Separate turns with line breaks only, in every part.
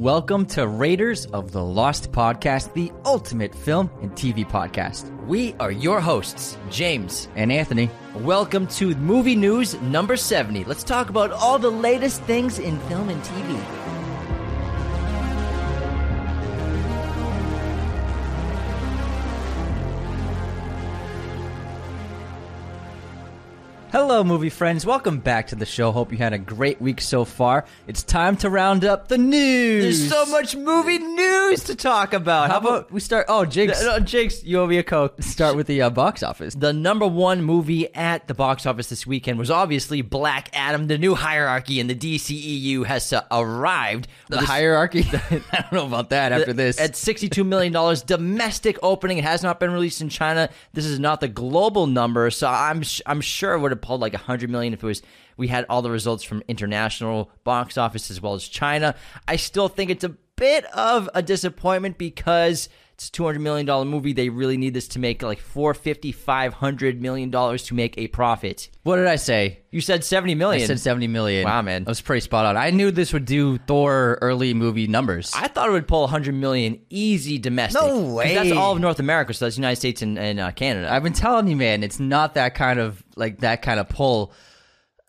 Welcome to Raiders of the Lost Podcast, the ultimate film and TV podcast.
We are your hosts, James.
And Anthony,
Welcome to movie news number 70. Let's talk about all the latest things in film and TV.
hello, movie friends. Welcome back to the show. Hope you had a great week so far. It's time to round up the news.
There's so much movie news to talk about.
How about we start? Oh, Jinx,
No, Jakes, you owe me a Coke.
start with the uh, box office.
The number one movie at the box office this weekend was obviously Black Adam. The new hierarchy in the DCEU has uh, arrived.
The
This-
hierarchy. I don't know about that. After this,
At $62 million domestic opening. It has not been released in China. This is not the global number. So I'm sh- I'm sure it would have pulled like $100 million if it was. We had all the results from international box office as well as China. I still think it's a bit of a disappointment because it's a $200 million movie. They really need this to make like $450, $500 million to make a profit.
what did I say?
You said $70
I
million.
said seventy million.
Wow, man.
I was pretty spot on. I knew this would do Thor early movie numbers.
I thought it would pull 100 million easy domestic.
No
'Cause
way.
That's all of North America, so that's United States and, and uh, Canada.
I've been telling you, man, it's not that kind of like that kind of pull.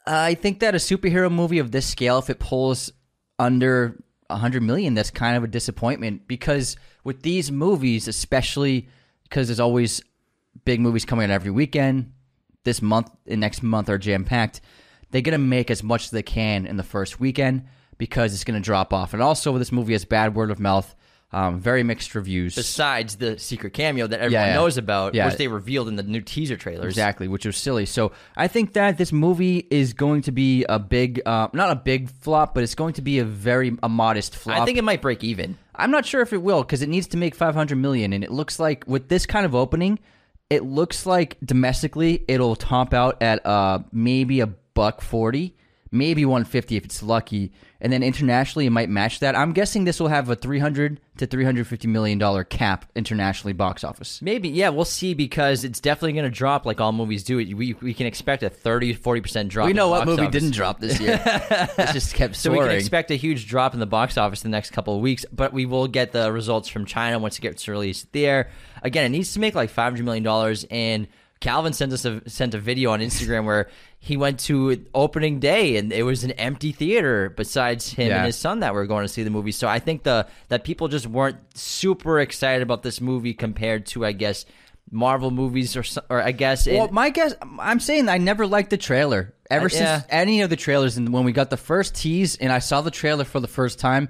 I think that a superhero movie of this scale, if it pulls under hundred million, that's kind of a disappointment because with these movies, especially because there's always big movies coming out every weekend. This month and next month are jam packed. They're gonna make as much as they can in the first weekend because it's gonna drop off. And also, this movie has bad word of mouth, um, very mixed reviews.
besides the secret cameo that everyone
yeah.
knows about,
Yeah.
which they revealed in the new teaser trailers.
Exactly, which was silly. So I think that this movie is going to be a big, uh, not a big flop, but it's going to be a very a modest flop.
I think it might break even.
I'm not sure if it will because it needs to make 500 million, and it looks like with this kind of opening, it looks like domestically it'll top out at uh maybe a buck forty, maybe 150 if it's lucky, and then internationally it might match that. I'm guessing this will have a 300 to 350 million dollar cap internationally box office.
Maybe, yeah, we'll see because it's definitely going to drop like all movies do. It We, we can expect a 30 40% drop.
We
in
know
the
what
box
movie
office.
didn't drop this year. it just kept
So we
soaring.
can expect a huge drop in the box office the next couple of weeks, but we will get the results from China once it gets released there. Again, it needs to make like five hundred million dollars. And Calvin sent us a, sent a video on Instagram where he went to opening day and it was an empty theater besides him
Yeah.
and his son that were going to see the movie. So I think the that people just weren't super excited about this movie compared to I guess Marvel movies or so- or I guess it,
well, my guess, I'm saying I never liked the trailer ever
Uh,
since
yeah.
any of the trailers. And when we got the first tease and I saw the trailer for the first time,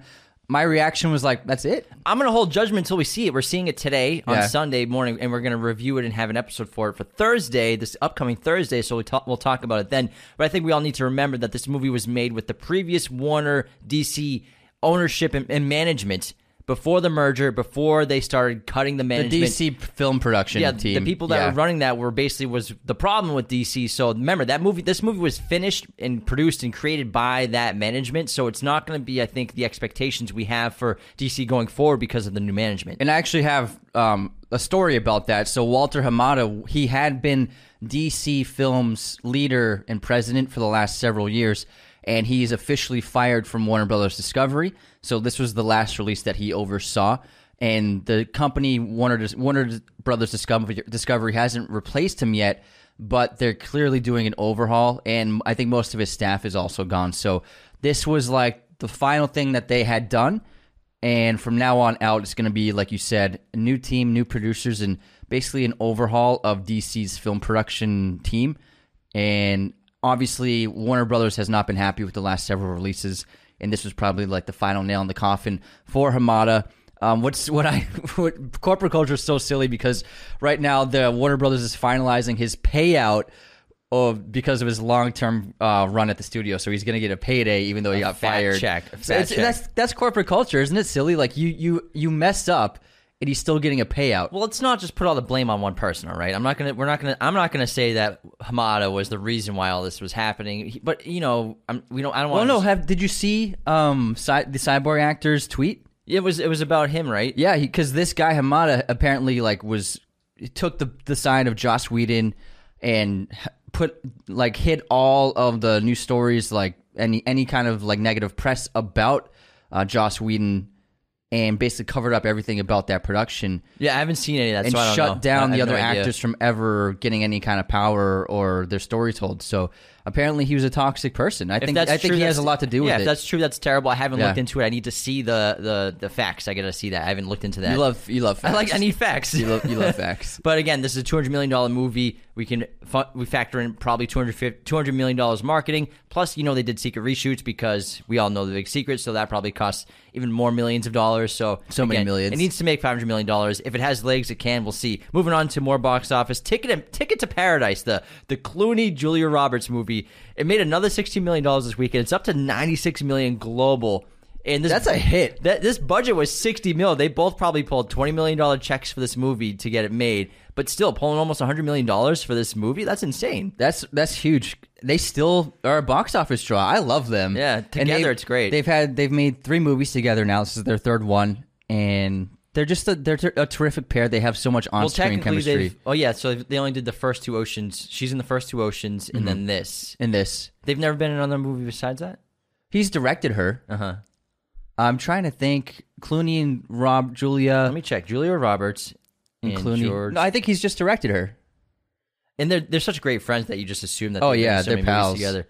my reaction was like, "That's it."
I'm gonna hold judgment until we see it. We're seeing it today on
Yeah.
Sunday morning, and we're gonna review it and have an episode for it for Thursday, this upcoming Thursday. So we talk, we'll talk about it then. But I think we all need to remember that this movie was made with the previous Warner DC ownership and, and management before the merger, before they started cutting the
The
management.
DC film production
yeah,
team,
the people that
yeah.
were running that were basically was the problem with DC. So remember that movie. This movie was finished and produced and created by that management. So it's not going to be, I think, the expectations we have for DC going forward because of the new management.
And I actually have um, a story about that. So Walter Hamada, he had been DC Films leader and president for the last several years, and he is officially fired from Warner Brothers Discovery. So this was the last release that he oversaw, and the company Warner Dis- Warner Brothers Discovery Discovery hasn't replaced him yet. But they're clearly doing an overhaul, and I think most of his staff is also gone. So this was like the final thing that they had done, and from now on out, it's going to be, like you said, a new team, new producers, and basically an overhaul of DC's film production team. And obviously, Warner Brothers has not been happy with the last several releases. And this was probably like the final nail in the coffin for Hamada. Um, what's what I what, corporate culture is so silly because right now the Warner Brothers is finalizing his payout of because of his long term uh, run at the studio, so he's going to get a payday even though he got
fat
fired.
check, a
So
fat
it's-
check.
That's that's that's corporate culture, isn't it? Silly, like you you you mess up, and he's still getting a payout.
well, let's not just put all the blame on one person, all right? I'm not gonna, we're not gonna, I'm not gonna say that Hamada was the reason why all this was happening. He- But you know, I'm, we don't, I don't
Well,
want.
Oh, no, have did you see um Cy- the cyborg actor's tweet?
it was, it was about him, right?
Yeah, because this guy Hamada apparently like was took the the side of Joss Whedon and h- put like hit all of the news stories like any any kind of like negative press about uh, Joss Whedon and basically covered up everything about that production
Yeah, I haven't seen any of that.
and
so I don't
shut
know.
down
I
the
have
other
no idea.
actors from ever getting any kind of power or their story told. So apparently he was a toxic person. I
If
think
that's
I think
true,
he has
that's-
a lot to do
yeah,
with
if
it.
that's true, that's terrible. I haven't
Yeah.
looked into it. I need to see the the the facts. I gotta see that. I haven't looked into that.
you love you love
I
facts.
like. I need facts.
you love you love facts.
But again, this is a two hundred million dollar movie. We can fu- we factor in probably 200 $200 million dollars marketing. Plus, you know they did secret reshoots because we all know the big secret. So that probably costs even more millions of dollars. So
So many
again,
millions.
It needs to make five hundred million dollars. If it has legs, it can. We'll see. Moving on to more box office. Ticket Ticket to Paradise, the the Clooney Julia Roberts movie. It made another sixteen million dollars this weekend. It's up to ninety six million global. And this,
That's a hit.
that this budget was 60 mil. They both probably pulled 20 million dollar checks for this movie to get it made, but still pulling almost 100 million dollars for this movie. That's insane.
That's that's huge. They still are a box office draw. I love them.
Yeah,
And
together
they've-
it's great.
They've had they've made three movies together now. This is their third one, and they're just a, they're ter- a terrific pair. They have so much on
Well,
screen
technically,
chemistry
they oh yeah, so they only did the first two oceans. She's in the first two oceans, and
Mm-hmm.
then this.
in this.
They've never been in another movie besides that.
He's directed her.
Uh huh.
I'm trying to think. Clooney and Rob
Let
Julia
me check. Julia Roberts and,
and Clooney.
George,
No, I think he's just directed her.
and they're they're such great friends that you just assume that.
Oh,
they've been in
yeah,
so
they're
many movies
pals.
together.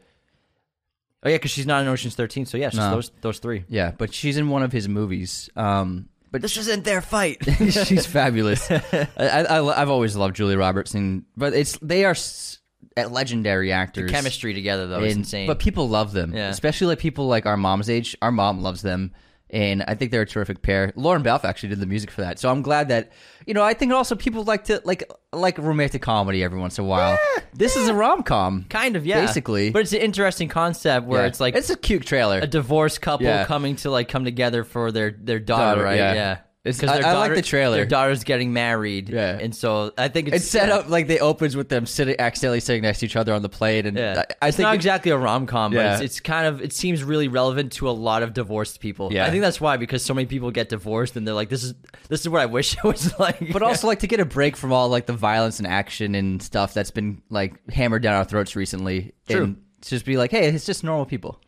Oh yeah, because she's not in Ocean's Thirteen, so yeah, it's just
No.
those those three.
Yeah, but she's in one of his movies. Um, but
This isn't their fight.
she's fabulous. I, I, I, have always loved Julia Robertson, but it's they are s- uh, legendary actors.
Chemistry together though is
And-
insane.
But people love them,
Yeah.
especially like people like our mom's age. Our mom loves them, and I think they're a terrific pair. Lauren Balfe actually did the music for that, so I'm glad that you know. I think also people like to like like romantic comedy every once in a while. this is a rom com,
Kind of, yeah.
Basically.
But it's an interesting concept where it's like
it's a cute trailer.
a divorced couple
Yeah.
coming to like come together for their their daughter,
Daughter,
right?
yeah.
Yeah.
It's-
'Cause
I-
their
I like the trailer.
Their daughter's getting married.
Yeah.
And so I think it's,
it's set up like they opens with them sitting accidentally sitting next to each other on the plane, and
Yeah.
I, I
it's
think
not
it-
exactly a rom com, but
Yeah.
it's, it's kind of it seems really relevant to a lot of divorced people.
Yeah.
I think that's why because so many people get divorced and they're like, This is this is what I wish I was like.
but also like to get a break from all like the violence and action and stuff that's been like hammered down our throats recently.
True.
And to just be like, hey, it's just normal people.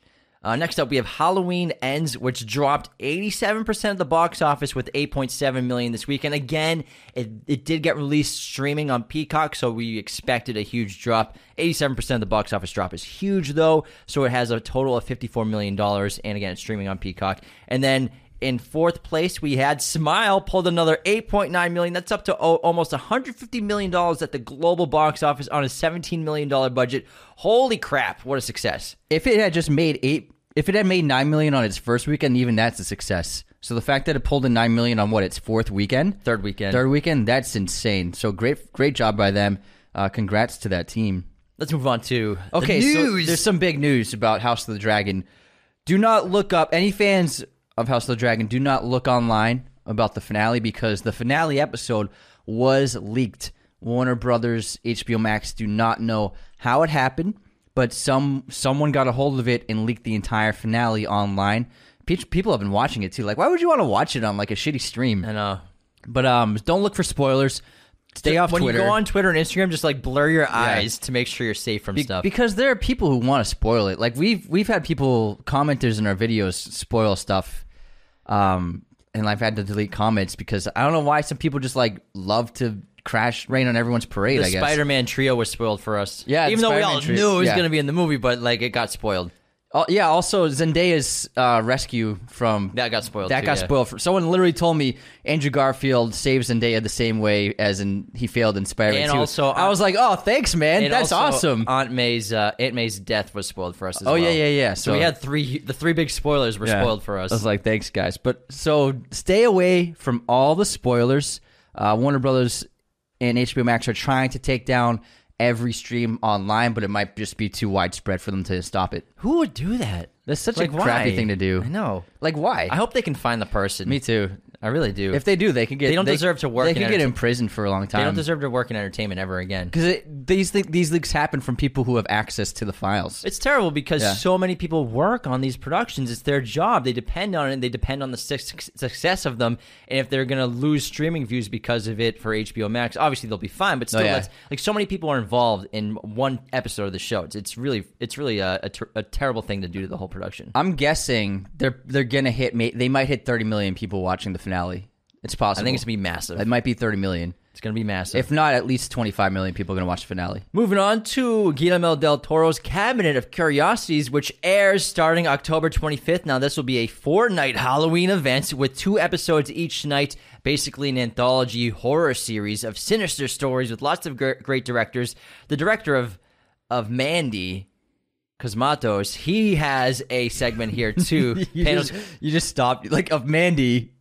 Uh, next up, we have Halloween Ends, which dropped 87% of the box office with 8.7 million this weekend. Again, it, it did get released streaming on Peacock, so we expected a huge drop. 87% of the box office drop is huge, though, so it has a total of $54 million, and again, it's streaming on Peacock. And then in fourth place, we had Smile pulled another 8.9 million. That's up to o- almost 150 million dollars at the global box office on a 17 million dollar budget. Holy crap! What a success!
If it had just made eight if it had made nine million on its first weekend, even that's a success. So the fact that it pulled in nine million on what its fourth weekend?
Third weekend.
Third weekend, that's insane. So great great job by them. Uh, congrats to that team.
Let's move on to
Okay,
the
so
news.
there's some big news about House of the Dragon. Do not look up any fans of House of the Dragon. Do not look online about the finale because the finale episode was leaked. Warner Brothers, HBO Max do not know how it happened, but some someone got a hold of it and leaked the entire finale online. Pe- People have been watching it too. Like, why would you want to watch it on like a shitty stream?
I know.
But um, don't look for spoilers. Stay off
uh, when
Twitter.
you go on Twitter and Instagram, just like blur your eyes to make sure you're safe from
Be-
stuff.
Because there are people who want to spoil it. Like we've we've had people commenters in our videos spoil stuff, um, and I've had to delete comments because I don't know why some people just like love to crash rain on everyone's parade.
the
I guess
Spider-Man trio was spoiled for us.
Yeah, the
even though we
Spider-Man
all
trio-
knew it was
yeah.
going to be in the movie, but like it got spoiled.
Oh, yeah. Also, Zendaya's uh, rescue from
That got spoiled.
that
too,
got
yeah.
spoiled. For, someone literally told me Andrew Garfield saves Zendaya the same way as in he failed in Spider-Man.
And
2.
also, uh,
I was like, oh, thanks, man.
And
That's
also,
awesome.
Aunt May's uh, Aunt May's death was spoiled for us. As
Oh,
well.
yeah, yeah, yeah.
So,
So-
we had three. The three big spoilers were
Yeah.
spoiled for us.
I was like, thanks, guys. But so stay away from all the spoilers. Uh, Warner Brothers and HBO Max are trying to take down every stream online, but it might just be too widespread for them to stop it.
Who would do that?
That's such
Like,
a crappy
why?
thing to do.
I know.
Like, why?
I hope they can find the person.
Me too.
I really do.
If um, they do, they can get.
They don't deserve to work
They
in
can get
entertain-
in prison for a long
they
time.
don't deserve to work in entertainment ever again.
because these thi- these leaks happen from people who have access to the files.
It's terrible because
Yeah.
so many people work on these productions. It's their job. They depend on it. They depend on the suc- suc- success of them. And if they're going to lose streaming views because of it for HBO Max, obviously they'll be fine. But still,
Oh, yeah.
that's, like so many people are involved in one episode of the show. It's, it's really, it's really a, a, ter- a terrible thing to do to the whole production.
I'm guessing they're they're gonna hit. ma- They might hit 30 million people watching the finale. It's
I
possible.
think it's gonna be massive.
It might be 30 million.
It's gonna be massive.
If not, at least 25 million people are gonna watch the finale.
Moving on to Guillermo del Toro's Cabinet of Curiosities, which airs starting October 25th. Now, this will be a four-night Halloween event with two episodes each night, basically an anthology horror series of sinister stories with lots of gr- great directors. The director of of Mandy, Cosmatos, he has a segment here too. Panos,
you just stopped. Like of Mandy,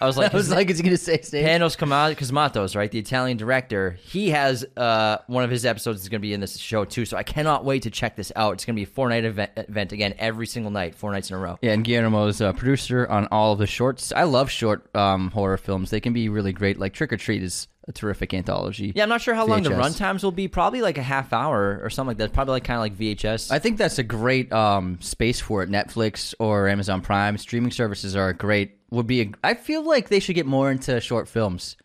I was like,
I was like, is he gonna say? say
Panos Cama- Cosmatos, right, the Italian director, he has uh, one of his episodes is going to be in this show too. So I cannot wait to check this out. It's going to be a four night event, event again, every single night, four nights in a row.
Yeah, and Guillermo's a producer on all of the shorts. I love short um, horror films. They can be really great. Like Trick or Treat is a terrific anthology.
Yeah, I'm not sure how long the
VHS.
run times will be. Probably like a half hour or something like that. Probably like kind of like VHS.
I think that's a great um, space for it. Netflix or Amazon Prime streaming services are a great. Would be. A, I feel like they should get more into short films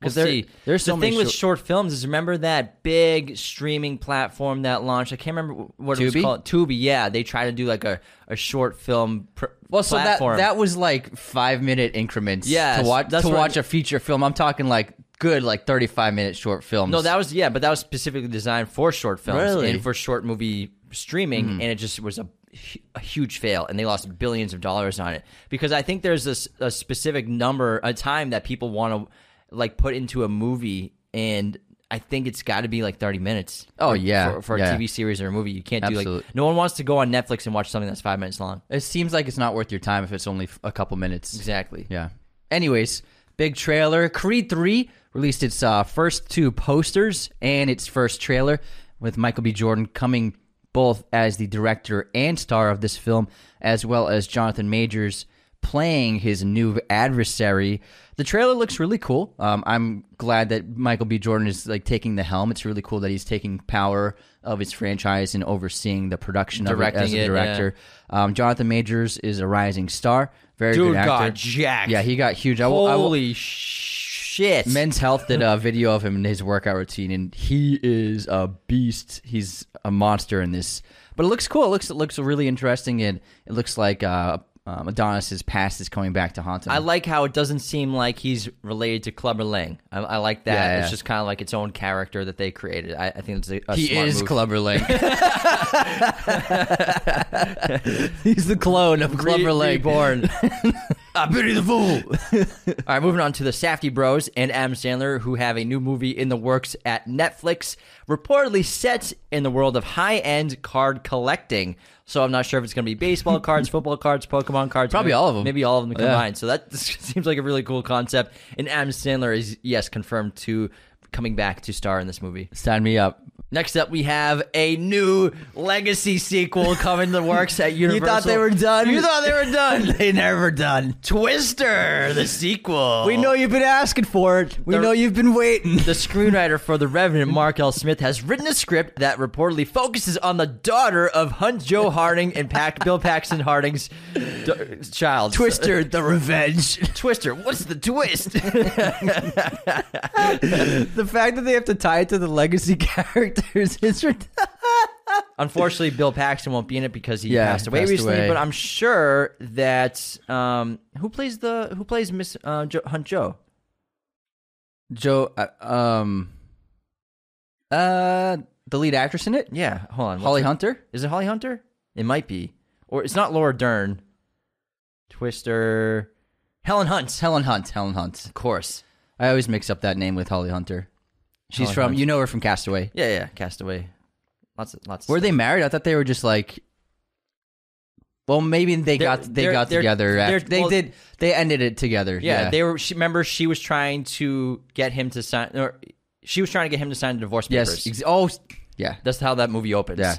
Because
there-
there's
there's so
the
many
thing with short films is remember that big streaming platform that launched. I can't remember what it was
Tubi?
called. Tubi. Yeah, they tried to do like a, a short film pr-
Well, so
platform.
that that was like five minute increments.
Yes,
to watch
that's
to
what I
watch
mean.
a feature film. I'm talking like good, like 35 minute short films.
No, that was yeah, but that was specifically designed for short films
Really? Mm-hmm.
and for short movie streaming, and it just was a, hu- a huge fail, and they lost billions of dollars on it because I think there's this a specific number, a time that people want to like put into a movie, and I think it's got to be like 30 minutes.
Oh,
for-
yeah,
for, for
yeah.
a TV series or a movie, you can't do
Absolute.
like no one wants to go on Netflix and watch something that's five minutes long.
it seems like it's not worth your time if it's only f- a couple minutes.
Exactly.
Yeah. Anyways, big trailer. Creed 3 released its uh, first two posters and its first trailer with Michael B. Jordan coming both as the director and star of this film, as well as Jonathan Majors playing his new adversary. The trailer looks really cool. Um, I'm glad that Michael B. Jordan is like taking the helm. It's really cool that he's taking power of his franchise and overseeing the production
Directing
of it as
it,
a
yeah.
director. Um, Jonathan Majors is a rising star. Very
Dude
good actor.
got jacked.
Yeah, he got huge. I will, I will-
Holy shit!
Men's Health did a video of him in his workout routine, and he is a beast. He's a monster in this. But it looks cool. It looks it looks really interesting, and it looks like uh, um, Adonis's past is coming back to haunt him.
I like how it doesn't seem like he's related to Clubber Lang. I, I like that.
Yeah, yeah.
It's just kind of like its own character that they created. I, I think it's a, a
he
smart
is
move.
Clubber Lang. He's the clone of
Re-
Clubber Lang.
reborn.
I pity the fool.
All right, moving on to the Safety Bros and Adam Sandler, who have a new movie in the works at Netflix, reportedly set in the world of high-end card collecting. So I'm not sure if it's going to be baseball cards, football cards, Pokemon cards,
Probably
maybe-
all of 'em.
maybe all of them
Yeah.
combined. So that seems like a really cool concept. And Adam Sandler is yes confirmed to coming back to star in this movie.
Sign me up.
Next up, we have a new legacy sequel coming to the works at Universal.
done.
You thought they were done.
they never done.
Twister, the sequel.
We know you've been asking for it. We
The-
know you've been waiting.
the screenwriter for The Revenant, Mark L. Smith, has written a script that reportedly focuses on the daughter of Hunt Joe Harding and Pac- Bill Paxton Harding's da- child.
Twister, the revenge.
Twister. What's the twist?
the fact that they have to tie it to the legacy characters is ridiculous.
Unfortunately, Bill Paxton won't be in it because he
Yeah,
passed away
passed
recently.
away.
But I'm sure that um, who plays the who plays Miss uh, jo- Hunt Joe.
Joe, uh, um, uh, the lead actress in it,
Yeah, hold on. What's
Holly
her-
Hunter.
Is it Holly Hunter? It might be. Or it's not Laura Dern. Twister. Helen Hunt. Of
Helen Hunt. Helen Hunt.
course.
I always mix up that name with Holly Hunter. She's
Holly
from
Hunt.
you know her from Castaway.
Yeah, yeah. Castaway. Lots of lots.
Were
of
they married? I thought they were just like. Well, maybe they
They're-
got they
they're-
got
they're-
together.
they're-
after, they
well-
did. They ended it together.
Yeah, they were. She, remember, she was trying to get him to sign, or she was trying to get him to sign the divorce papers.
yes. Ex- oh, yeah.
That's how that movie opens.
Yeah.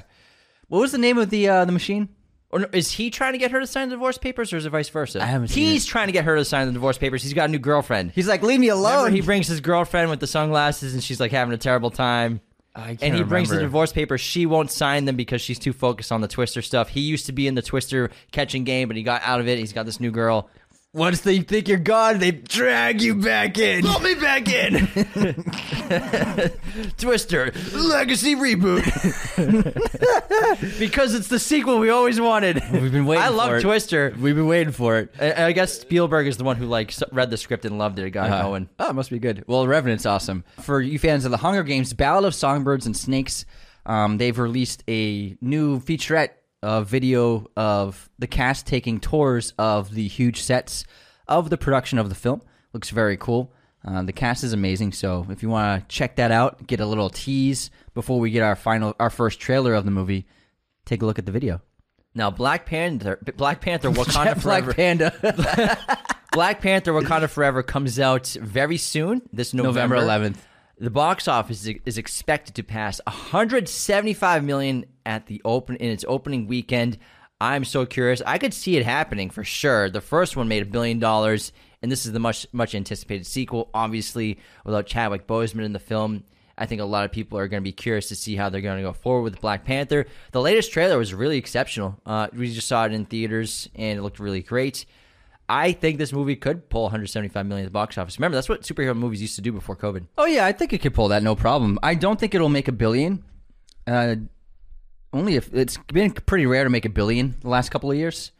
What was the name of the uh, the machine?
Or no, is he trying to get her to sign the divorce papers, or is it vice versa?
I haven't seen
He's trying to get her to sign the divorce papers. He's got a new girlfriend.
He's like, leave me
Remember,
alone.
he brings his girlfriend with the sunglasses, and she's like having a terrible time.
I can't
and he brings the
remember.
divorce papers. She won't sign them because she's too focused on the Twister stuff. He used to be in the Twister catching game, but he got out of it. He's got this new girl.
Once they think you're gone, they drag you back in.
Let me back in. Twister Legacy reboot. because it's the sequel we always wanted.
We've been waiting
I
for
love
it.
Twister.
We've been waiting for it.
I I guess Spielberg is the one who like s- read the script and loved it. Guy
Uh,
Owen.
Oh, it must be good. Well, Revenant's awesome. For you fans of the Hunger Games, Ballad of Songbirds and Snakes, um, they've released a new featurette uh, video of the cast taking tours of the huge sets of the production of the film. Looks very cool. Uh, the cast is amazing, so if you want to check that out, get a little tease before we get our final, our first trailer of the movie. Take a look at the video.
Now Black Panther, Black Panther, Wakanda Forever.
Black Panda,
Black Panther Wakanda Forever comes out very soon, this November.
November 11th.
The box office is, is expected to pass 175 million at the open in its opening weekend. I'm so curious. I could see it happening for sure. The first one made a billion dollars, and this is the much much anticipated sequel. Obviously, without Chadwick Boseman in the film, I think a lot of people are going to be curious to see how they're going to go forward with Black Panther. The latest trailer was really exceptional. Uh, we just saw it in theaters, and it looked really great. I think this movie could pull 175 million at the box office. Remember, that's what superhero movies used to do before COVID.
Oh yeah, I think it could pull that no problem. I don't think it'll make a billion. Uh, only if it's been pretty rare to make a billion the last couple of years.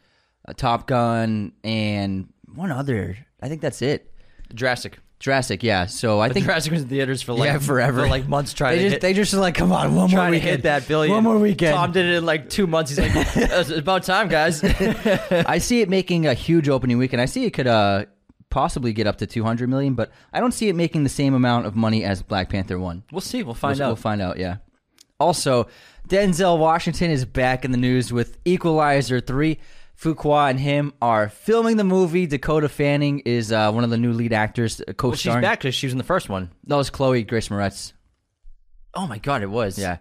Uh, Top Gun and one other. I think that's it.
Jurassic.
Jurassic, yeah. So I think
Jurassic was in theaters for like
yeah, forever,
for like months trying
They
to
just
hit,
they just are like, come on, one more
trying to
weekend,
hit that billion.
one more weekend.
Tom did it in like two months. He's like, it's about time, guys.
I see it making a huge opening weekend. I see it could uh, possibly get up to two hundred million, but I don't see it making the same amount of money as Black Panther one.
we'll see. We'll find
we'll, We'll
out.
find out, yeah. Also, Denzel Washington is back in the news with Equalizer 3. Fuqua and him are filming the movie. Dakota Fanning is uh, one of the new lead actors, uh,
Well, she's
co-starring.
back because she was in the first one.
That was Chloe Grace Moretz.
Oh my god, it was.
Yeah.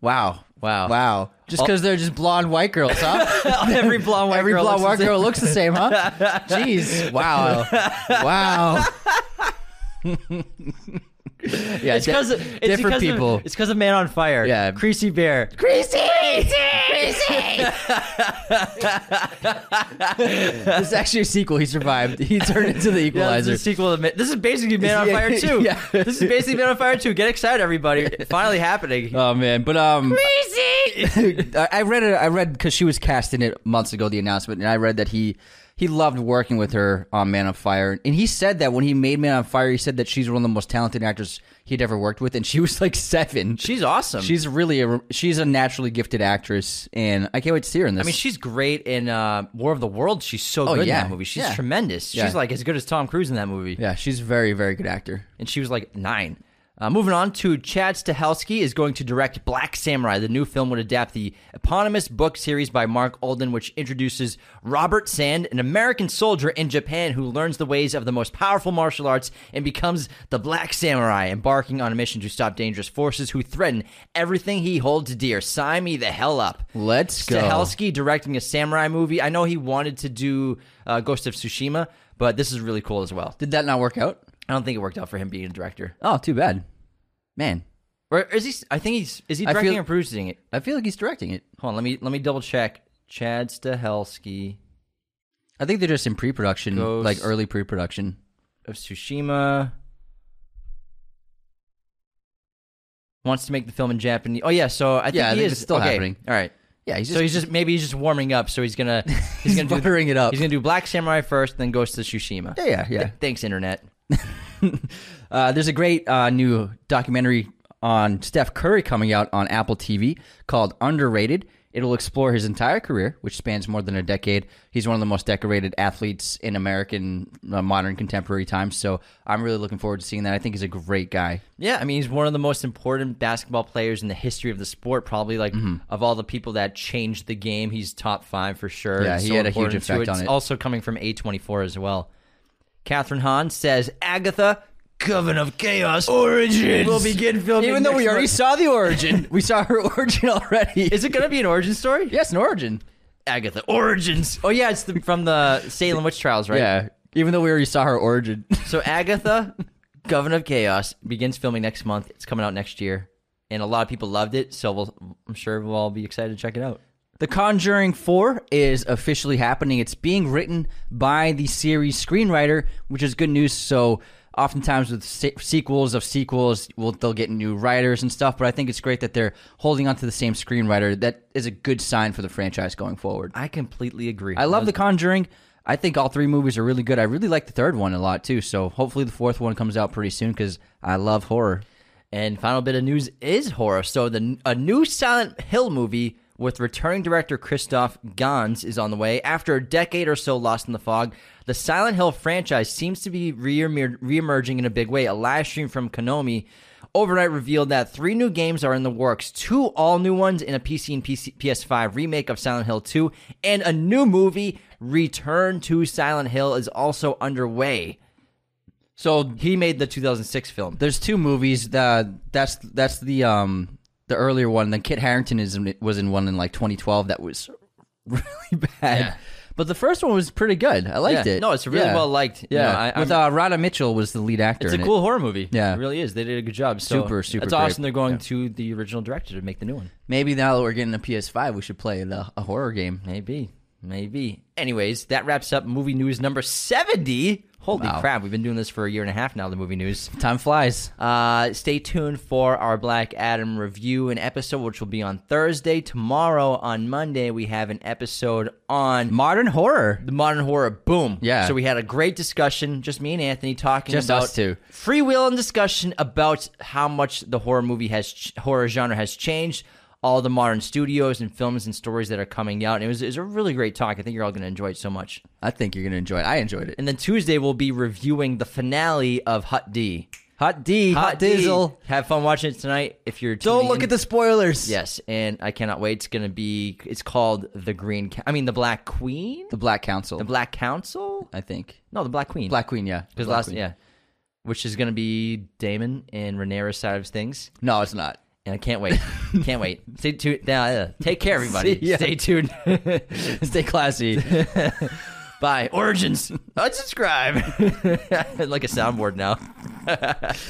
Wow.
Wow.
Wow. Just because they're just blonde white girls, huh?
Every blonde white
Every
girl.
blonde white
looks the
girl looks the same, huh? Jeez. Wow. Wow. yeah.
same. It's because
different people.
Of, it's because of Man on Fire.
Yeah.
Creasy Bear.
Greasy! There's actually a sequel. He survived. He turned into the
Yeah, this
equalizer.
is the sequel to Ma- This is basically Man on
Yeah,
Fire 2.
yeah.
This is basically Man on Fire 2. Get excited, everybody. Finally happening.
oh man, but um, Greasy. I I read it. I read because she was cast in it months ago. The announcement, and I read that he he loved working with her on Man on Fire, and he said that when he made Man on Fire, he said that she's one of the most talented actors he'd ever worked with, and she was like seven.
She's awesome.
She's really a she's a naturally gifted actress, and I can't wait to see her in this.
I mean, she's great in uh, War of the World. She's so good
Oh, yeah.
in that movie. She's
Yeah.
tremendous.
Yeah.
She's like as good as Tom Cruise in that movie.
yeah, she's a very very good actor.
And she was like nine. Uh, moving on to Chad Stahelski is going to direct Black Samurai. The new film would adapt the eponymous book series by Mark Olden, which introduces Robert Sand, an American soldier in Japan who learns the ways of the most powerful martial arts and becomes the Black Samurai, embarking on a mission to stop dangerous forces who threaten everything he holds dear. Sign me the hell up.
Let's go.
Stahelski directing a samurai movie. I know he wanted to do uh, Ghost of Tsushima, but this is really cool as well.
Did that not work out?
I don't think it worked out for him being a director.
Oh, too bad. Man,
Or is he? I think he's. Is he
I
directing
feel-
or producing it?
I feel like he's directing it.
Hold on. Let me let me double check. Chad Stahelski
I think they're just in pre-production,
Ghost.
like early pre-production.
of Tsushima wants to make the film in Japanese. Oh yeah. So I think
Yeah, I
he
think
is
it's still
okay,
happening.
All right.
Yeah, he's just
so he's just maybe he's just warming up. So he's gonna he's
he's
gonna do
buttering it up.
he's gonna do Black Samurai first, then Ghost of Tsushima.
yeah, yeah, yeah.
Th- thanks, internet.
Uh, there's a great uh, new documentary on Steph Curry coming out on Apple TV called Underrated. It'll explore his entire career, which spans more than a decade. He's one of the most decorated athletes in American uh, modern contemporary times. So I'm really looking forward to seeing that. I think he's a great guy.
Yeah, I mean he's one of the most important basketball players in the history of the sport. Probably like
Mm-hmm.
of all the people that changed the game, he's top five for sure.
Yeah,
It's
he had a huge
important, too.
effect on
It's
it.
Also coming from A twenty four as well. Catherine Hahn says Agatha, Coven of Chaos, Origins will begin filming.
Even though
next
we already
month.
saw the origin, we saw her origin already.
is it going to be an origin story?
yes, an origin.
Agatha Origins. Oh yeah, it's the, from the Salem witch trials, right?
Yeah, even though we already saw her origin.
So Agatha, Governor of Chaos, begins filming next month. It's coming out next year, and a lot of people loved it. So we'll, I'm sure we'll all be excited to check it out.
The Conjuring 4 is officially happening. It's being written by the series screenwriter, which is good news. So, oftentimes with se- sequels of sequels, well, they'll get new writers and stuff, but I think it's great that they're holding on to the same screenwriter. That is a good sign for the franchise going forward.
I completely agree.
I love The Conjuring. I think all three movies are really good. I really like the third one a lot, too. So, hopefully, the fourth one comes out pretty soon because I love horror.
And final bit of news is horror. So the a new Silent Hill movie with returning director Christoph Gans is on the way. After a decade or so lost in the fog, the Silent Hill franchise seems to be reemer- reemerging in a big way. A live stream from Konami overnight revealed that three new games are in the works: two all new ones and a PC and PC- PS5 remake of Silent Hill 2, and a new movie, Return to Silent Hill, is also underway.
So,
He made the 2006 film.
there's two movies that that's that's the um the earlier one. Then Kit Harrington is in- was in one in like 2012 that was really bad. But the first one was pretty good. I liked
Yeah.
it.
No, it's really
Yeah.
well liked.
Yeah,
Yeah, I,
with
I'm-
uh, Rada Mitchell was the lead actor.
it's a
in it.
cool horror movie.
Yeah.
it really is. They did a good job. So
Super, super
It's
great.
awesome. They're going to the original director to make the new one.
Maybe now that we're getting a PS5, we should play the, a horror game.
Maybe, maybe. Anyways, that wraps up movie news number seventy. Holy
Wow.
crap! We've been doing this for a year and a half now. The movie news.
Time flies.
Uh, stay tuned for our Black Adam review and episode, which will be on Thursday. Tomorrow, on Monday, we have an episode on
Modern horror.
the modern horror boom.
Yeah.
So we had a great discussion, just me and Anthony talking
Just
about
us two.
free will and discussion about how much the horror movie has ch- horror genre has changed, all the modern studios and films and stories that are coming out. And it was, it was a really great talk. I think you're all going to enjoy it so much.
I think you're gonna enjoy it. I enjoyed it.
And then Tuesday we'll be reviewing the finale of Hut D.
Hot D, hot, diesel.
D. Have fun watching it tonight. If you're
Don't
tuning
look
in.
at the spoilers.
yes, and I cannot wait. It's going to be. It's called the Green. Ca- I mean the Black Queen.
The Black Council.
The Black Council.
I think
No, the Black Queen.
Black Queen. Yeah,
Because
Black
last
Queen.
yeah, which is gonna be Damon and Rhaenyra's side of things,
No, it's not.
and I can't wait, can't wait. Stay tuned. Uh, take care, everybody.
See ya.
Stay tuned.
Stay classy.
Bye. Origins. Unsubscribe. like a soundboard now.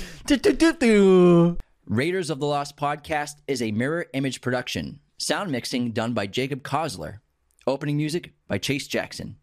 Do-do-do-do.
Raiders of the Lost podcast is a mirror image production. Sound mixing done by Jacob Kosler. Opening music by Chase Jackson.